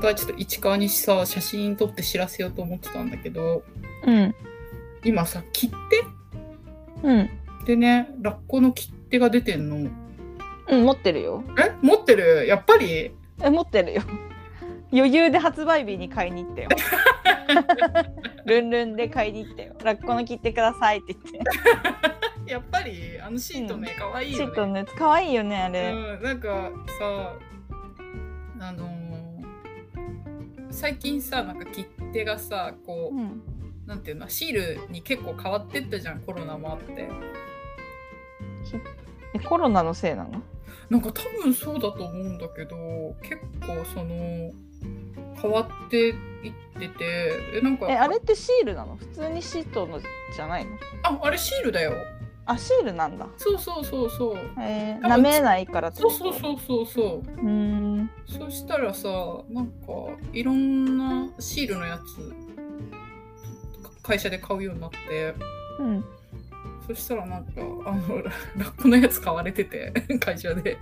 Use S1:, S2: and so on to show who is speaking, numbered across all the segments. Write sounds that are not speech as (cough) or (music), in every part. S1: 当はちょっと市川にさ写真撮って知らせようと思ってたんだけど
S2: うん。
S1: 今さ切
S2: うん。
S1: 手でねラッコの切手が出てんの
S2: うん、持ってるよ。
S1: え持ってるやっぱり
S2: え、持ってるよ。余裕で発売日に買いに行ったよ。 (laughs) ルンルンで買いに行ったよ。ラッコの切ってくださいって言って。
S1: やっぱりあのシートね、可愛い
S2: シ
S1: よ
S2: ー
S1: ね
S2: トのやつ可愛いよねあれ。
S1: うん、なんかさあのー最近さなんか切手がさこ
S2: うん。
S1: うなんていうのシールに結構変わってったじゃんコロナもあって
S2: えコロナのせいなの？
S1: なんか多分そうだと思うんだけど結構その変わっていっててえなんか
S2: えあれってシールなの？普通にシートのじゃないの？
S1: ああれシールだよ
S2: あシールなんだ。
S1: そうそうそうそう
S2: えー、
S1: 多分
S2: 舐めないからって
S1: そ
S2: こ
S1: う
S2: と
S1: そうそうそうそう
S2: うーん。
S1: そしたらさなんかいろんなシールのやつか会社で買うようになって
S2: うん。
S1: そしたらなんかあのララッコのやつ買われてて会社で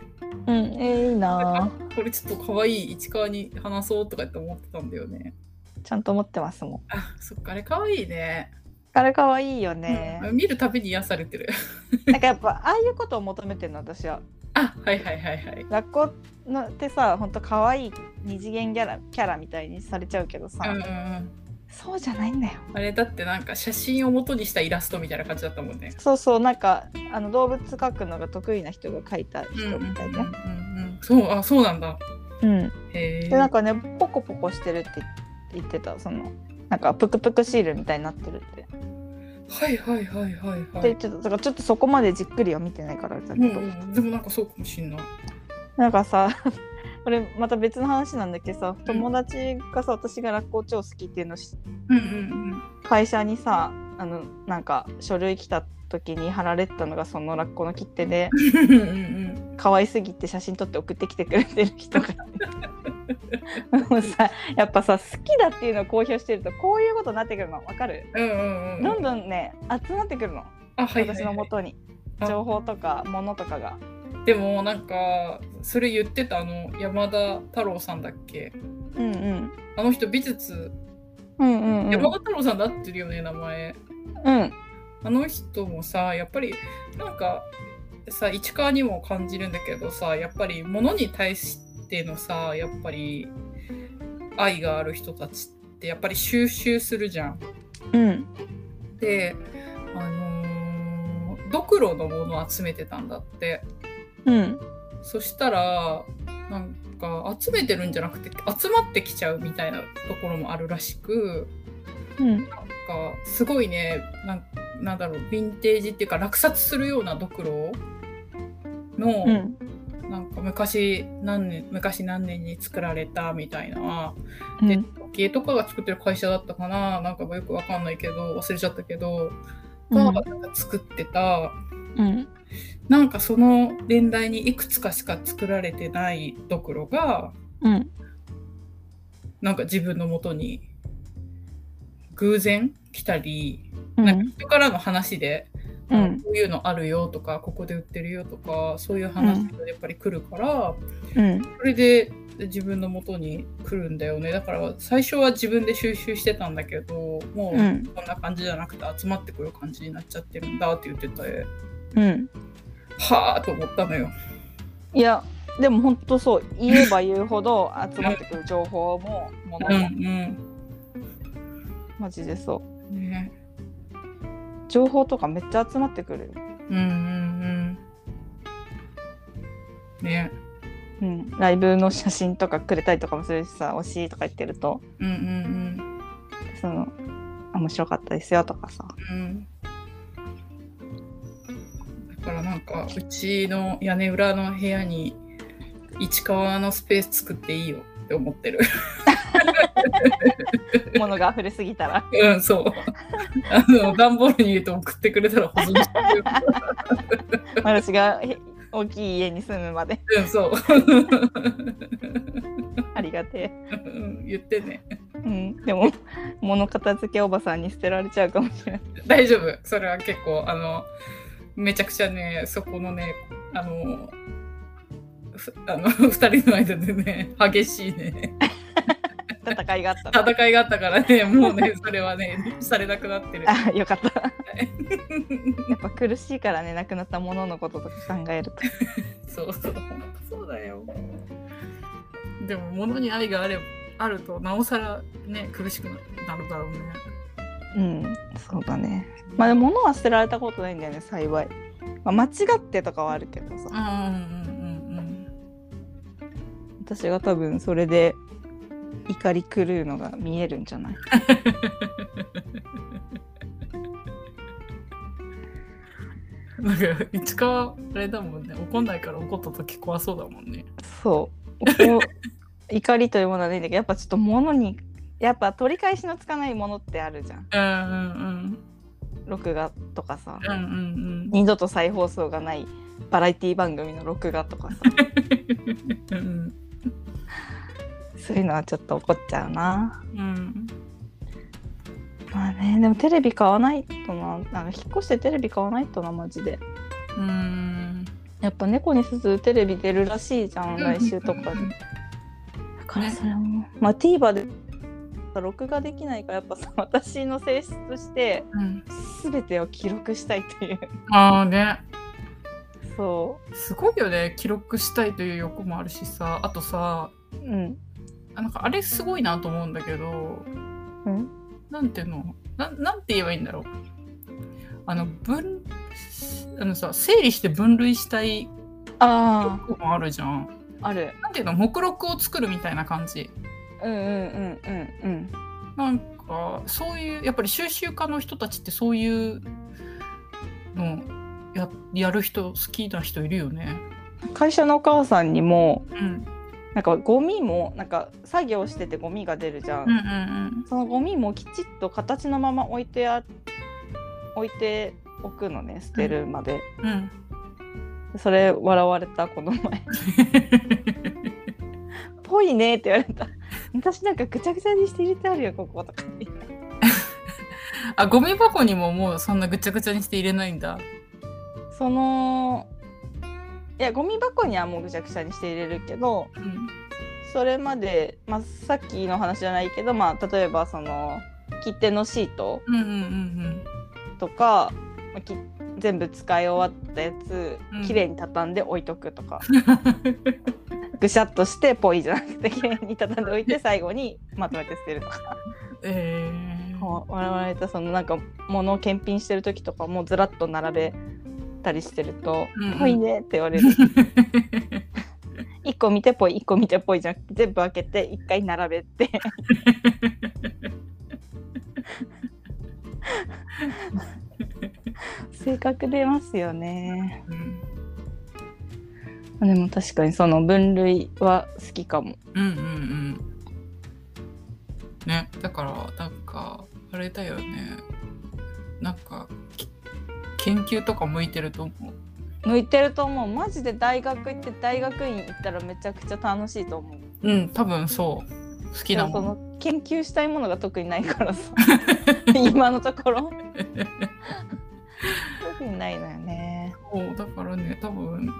S2: うん。えー、いいな
S1: 「これちょっと可愛い市川に話そう」とかって思ってたんだよね
S2: ー。ちゃんと持ってますもん。
S1: あそっかあれ可愛いね
S2: あれ可愛いよね。
S1: うん見るたびに癒されてる (laughs)
S2: なんかやっぱああいうことを求めてるの私は。
S1: あはいはいはいはい
S2: ラッコのってさ本当可愛い二次元キャラキャラみたいにされちゃうけどさ、
S1: うんうんうん
S2: そうじゃないんだよ
S1: あれだってなんか写真を元にしたイラストみたいな感じだったもんね
S2: そうそうなんかあの動物描くのが得意な人が描いた人みたい
S1: うんうん
S2: な、
S1: うんうんそうあそうなんだ
S2: うん
S1: へえ
S2: でなんかねポコポコしてるって言ってたそのなんかプクプクシールみたいになってるって、
S1: はいはいはいはいはい
S2: でちょっとだからちょっとそこまでじっくりは見てないからあれだ
S1: うん
S2: け
S1: う
S2: ど、
S1: ん、でもなんかそうかもしんない。
S2: なんかさ (laughs) 俺また別の話なんだけどさ友達がさ私がラッコ超好きっていうのを知って
S1: うんうん
S2: 会社にさあのなんか書類来た時に貼られてたのがそのラッコの切手で
S1: うん。うんうんうん。
S2: 可愛すぎて写真撮って送ってきてくれてる
S1: (laughs)
S2: 人がいてもうさやっぱさ好きだっていうのを公表してるとこういうことになってくるのわかる
S1: うんうんう
S2: ど
S1: ん。
S2: んどんね集まってくるの
S1: あ、はい、はい。
S2: 私の元に
S1: あ
S2: 情報とか物とかが
S1: でもなんか、それ言ってたあの、山田太郎さんだっけ
S2: うんうん
S1: あの人美術、
S2: うんうんうん
S1: 山田太郎さんだってるよね、名前。
S2: うん
S1: あの人もさ、やっぱり、なんか、さ、市川にも感じるんだけどさ、やっぱり物に対してのさ、やっぱり愛がある人たちって、やっぱり収集するじゃん。
S2: うん
S1: で、あのードクロのものを集めてたんだって
S2: うん
S1: そしたらなんか集めてるんじゃなくて集まってきちゃうみたいなところもあるらしく
S2: うん
S1: なんかすごいねなんなんだろうヴィンテージっていうか落札するようなドクロの、
S2: うん
S1: なんか昔何年昔何年に作られたみたいな
S2: う
S1: で
S2: ん
S1: 時計とかが作ってる会社だったかななんかよくわかんないけど忘れちゃったけど、
S2: うん
S1: がなんか作ってた
S2: うん
S1: なんかその年代にいくつかしか作られてないドクロが
S2: うん
S1: なんか自分のもとに偶然来たり、
S2: う
S1: なん
S2: ん
S1: か人からの話で、
S2: うん
S1: こういうのあるよとかここで売ってるよとかそういう話がやっぱり来るから、
S2: うん
S1: それで自分のもとに来るんだよねだから最初は自分で収集してたんだけどもう
S2: うん
S1: こんな感じじゃなくて集まってくる感じになっちゃってるんだって言ってて
S2: うん
S1: はあと思ったのよ。
S2: いやでも本当そう言えば言うほど集まってくる情報ももの
S1: うんう
S2: も
S1: ん
S2: マジでそう
S1: ね
S2: 情報とかめっちゃ集まってくるよ、
S1: うんうんうん。ね。
S2: うん、ライブの写真とかくれたりとかもするしさ「惜しい」とか言ってると
S1: うんうん
S2: その「あ面白かったですよ」と
S1: (laughs)
S2: かさ
S1: うん。うん。だからなんか、うちの屋根裏の部屋に市川のスペース作っていいよって思ってる。 (laughs)
S2: 物が溢れすぎたら
S1: うん、そう。あの、段ボールに入れて送ってくれたら保存してる。
S2: 私がへ大きい家に住むまで (laughs)
S1: うん、そう。 (laughs)
S2: ありがて
S1: うん言ってね。
S2: え、うん、でも物片付けおばさんに捨てられちゃうかもしれない
S1: 大丈夫それは結構あのめちゃくちゃねそこのねあのふあの二人の間でね激しいね
S2: 戦いがあったの
S1: 戦いがあったからねもうねそれはねされなくなってる
S2: あよかったやっぱ苦しいからね亡くなったもののこととか考えると
S1: そうそうほんとそうだよでも物に愛があれあるとなおさらね苦しくなるだろうね
S2: うんそうだねまあでも物は捨てられたことないんだよね幸い、まあ、間違ってとかはあるけど
S1: うんうん
S2: さ
S1: うんうん
S2: 私が多分それで怒り狂うのが見えるんじゃない
S1: なんか市川あれだもんね怒んないから怒った時怖そうだもんね
S2: そうお怒りというものはないんだけどやっぱちょっと物にやっぱ取り返しのつかないものってあるじゃん
S1: うんうん
S2: 録画とかさ
S1: うんうんうん
S2: 二度と再放送がないバラエティ番組の録画とかさ
S1: うんうん
S2: そういうのはちょっと怒っちゃうな
S1: うん
S2: まあねでもテレビ買わないとななんか引っ越してテレビ買わないとなマジで
S1: うん
S2: やっぱ猫にすずテレビ出るらしいじゃん来週とかにだからそれもまあ TVer で録画できないからやっぱさ (laughs) 私の性質として
S1: うん
S2: 全てを記録したいという
S1: ああね
S2: そ
S1: すごいよね記録したいという欲もあるしさあとさ
S2: ううん
S1: あなんかあれすごいなと思うんだけど
S2: うん
S1: なんていうのなんなんて言えばいいんだろうあの分あのさ整理して分類したい
S2: あ
S1: 欲もあるじゃん
S2: あある
S1: なんていうの目録を作るみたいな感じ
S2: うんうんうんうんうん
S1: なんかそういうやっぱり収集家の人たちってそういうのややる人好きな人いるよね。
S2: 会社のお母さんにも
S1: うん、
S2: なんかゴミもなんか作業しててゴミが出るじゃん、
S1: うんうん
S2: そのゴミもきちっと形のまま置いてあ置いておくのね捨てるまで、
S1: うんうん
S2: それ笑われたこの (laughs) 前ぽいねって言われた私なんかぐちゃぐちゃにして入れてあるよこことか言って
S1: あゴミ箱にももうそんなぐちゃぐちゃにして入れないんだ。
S2: そのいやゴミ箱にはもうぐちゃぐちゃにして入れるけど、
S1: うん
S2: それまで、まあ、さっきの話じゃないけど、まあ、例えばその切手のシート
S1: うんうんうん
S2: とか、まあ、き全部使い終わったやつ
S1: うん
S2: 綺麗に畳んで置いとくとか、
S1: うん。
S2: ぐしゃっとしてポイじゃなくて綺麗に畳んでおいて最後にまとめて捨てるとか
S1: えー
S2: もう我々とそのなんか物を検品してる時とかもずらっと並べたりしてると
S1: うんう
S2: 「
S1: ん
S2: ぽいね」って言われる一個見てぽい一個見てぽいじゃなくて全部開けて一回並
S1: (laughs)
S2: べて性格出ますよね
S1: うん
S2: でも確かにその分類は好きかも
S1: うんうんうん。ね、だからなんかあれだよね。なんかき研究とか向いてると思う。
S2: 向いてると思うマジで大学行って大学院行ったらめちゃくちゃ楽しいと思う
S1: うん、多分そう。好き
S2: で
S1: だ
S2: もそ
S1: もん。
S2: の研究したいものが特にないから (laughs) さ今のとこ (laughs) ろ特にないのよね
S1: そうだからね、多分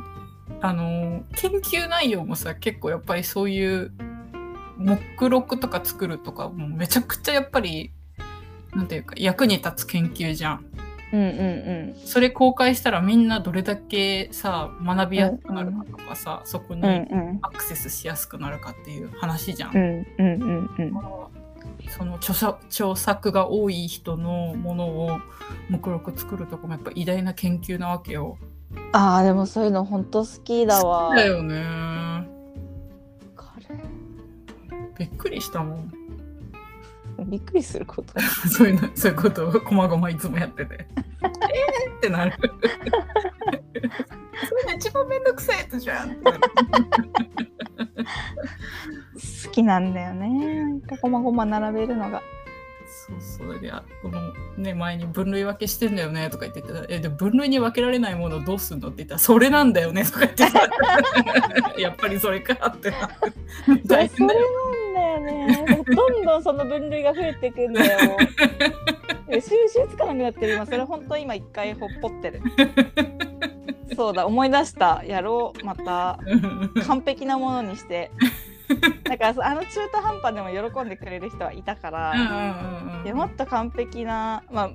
S1: あの研究内容もさ、結構やっぱりそういう目録とか作るとかもうめちゃくちゃやっぱりなんていうか役に立つ研究じゃん。
S2: うんうんうん
S1: それ公開したらみんなどれだけさ学びやすくなるかとかさ、そこに
S2: うんうん
S1: アクセスしやすくなるかっていう話じゃん。
S2: うんうんうんうん
S1: その著者著作が多い人のものを目録作るとこもやっぱ偉大な研究なわけよ。
S2: あーでもそういうの本当好きだわ
S1: だよね。
S2: わかる
S1: びっくりしたもん。
S2: びっくりすること
S1: (laughs) そういうのそういうことをこまごまいつもやって
S2: (laughs)
S1: て。えーってなる。それが一番めんどくさいやつじゃんってなる。
S2: 好きなんだよねなんかこまごま並べるのが
S1: そうそうであこのね前に分類分けしてんだよねとか言ってたえでも分類に分けられないものどうすんのって言ったらそれなんだよねとか言って
S2: (laughs)
S1: さやっぱりそれかってなって大
S2: そ
S1: 変
S2: れ
S1: だよ
S2: なんだよねどんどんその分類が増えていくんだ (laughs) よ収集つかなくなってる今それ本当今一回ほっぽってる (laughs) そうだ思い出したやろうまた
S1: うん
S2: 完璧なものにしてだからそうあの中途半端でも喜んでくれる人はいたから、
S1: うんうんうんうん
S2: でもっと完璧なま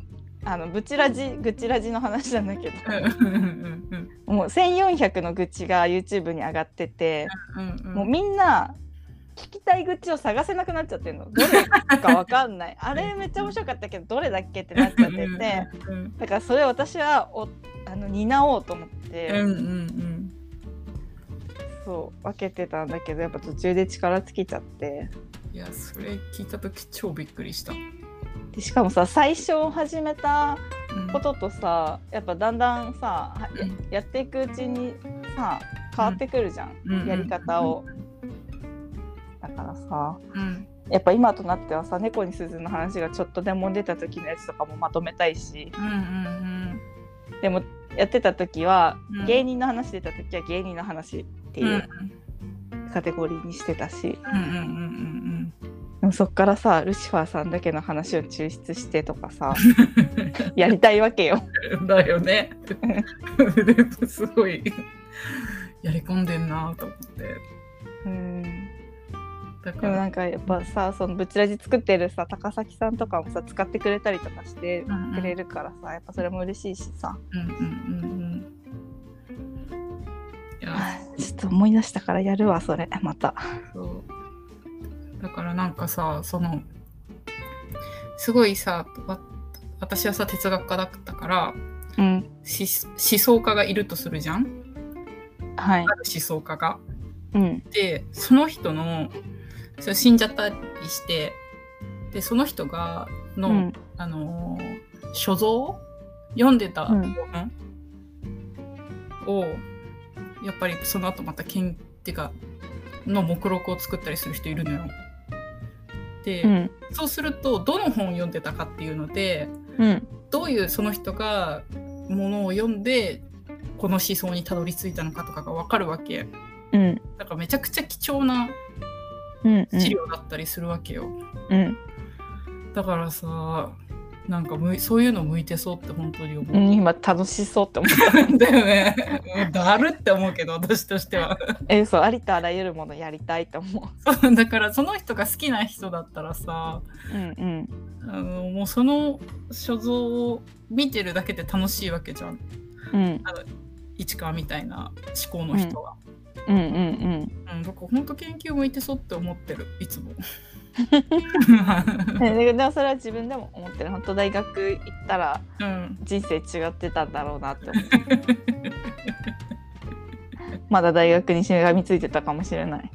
S2: ああのブチラジ愚痴ラジの話なんだけど、
S1: うんうんうんうん
S2: もう1400の愚痴が YouTube に上がってて、
S1: うんうん
S2: もうみんな聞きたい愚痴を探せなくなっちゃっ
S1: (laughs)
S2: てるのどれかわかんないあれめっちゃ面白かったけどどれだっけってなっちゃってて
S1: うん
S2: だからそれ私はおあの担おうと思っ
S1: うんう
S2: て、
S1: んうん
S2: そう分けてたんだけどやっぱ途中で力尽きちゃって
S1: いやそれ聞いた時超びっくりした、うん
S2: でしかもさ最初始めたこととさやっぱだんだんさはややっていくうちにさ変わってくるじゃん、
S1: うん
S2: やり方を。だからさ
S1: うん
S2: やっぱ今となってはさ猫に鈴の話がちょっとでも出た時のやつとかもまとめたいし
S1: うんうん
S2: でもやってた時は、
S1: うん
S2: 芸人の話出た時は芸人の話って
S1: うんうんうん
S2: いうカテゴリーにしてたし、
S1: うんうん
S2: でもそっからさルシファーさんだけの話を抽出してとかさ (laughs)
S1: うん
S2: やりたいわけよ。
S1: うん (laughs) だよねすごいやり込んでんなと思って
S2: うん
S1: だか
S2: でも
S1: ら
S2: なんかやっぱさそのブチラジ作ってるさ高崎さんとかもさ使ってくれたりとかして
S1: うんうん
S2: くれるからさやっぱそれも嬉しいしさ
S1: うんうんうんうんいや
S2: はいちょっと思い出したからやるわそれまた。
S1: そうだからなんかさそのすごいさわ私はさ哲学家だったから
S2: うん
S1: し思想家がいるとするじゃん
S2: はい
S1: ある思想家が。
S2: うん
S1: でその人のそれ死んじゃったりしてでその人がの、
S2: うん
S1: あのー書像読んでた
S2: う
S1: 本
S2: ん
S1: を、やっぱりその後また研ってかの目録を作ったりする人いるのよ。で、
S2: うん
S1: そうするとどの本を読んでたかっていうので
S2: うん
S1: どういうその人がものを読んでこの思想にたどり着いたのかとかが分かるわけ
S2: うん
S1: だからめちゃくちゃ貴重な
S2: うん
S1: 資料だったりするわけよ、
S2: うん
S1: だからさなんかむいそういうの向いてそうって本当に思
S2: うん
S1: う、 (laughs)
S2: 今楽しそうって思った
S1: だよねうんだるって思うけど私としては (laughs)
S2: えそうありとあらゆるものやりたいと思
S1: そうだからその人が好きな人だったらさ
S2: ううんうん
S1: あのもうその所蔵を見てるだけで楽しいわけじゃん
S2: うん
S1: 市川みたいな思考の人は、
S2: うん
S1: う
S2: うん
S1: ん、だから本当研究向いてそうって思ってるいつも。 (laughs)
S2: うんえでもそれは自分でも思ってる本当大学行ったら
S1: うん、
S2: 人生違ってたんだろうなって思うまだ大学にしがみついてたかもしれない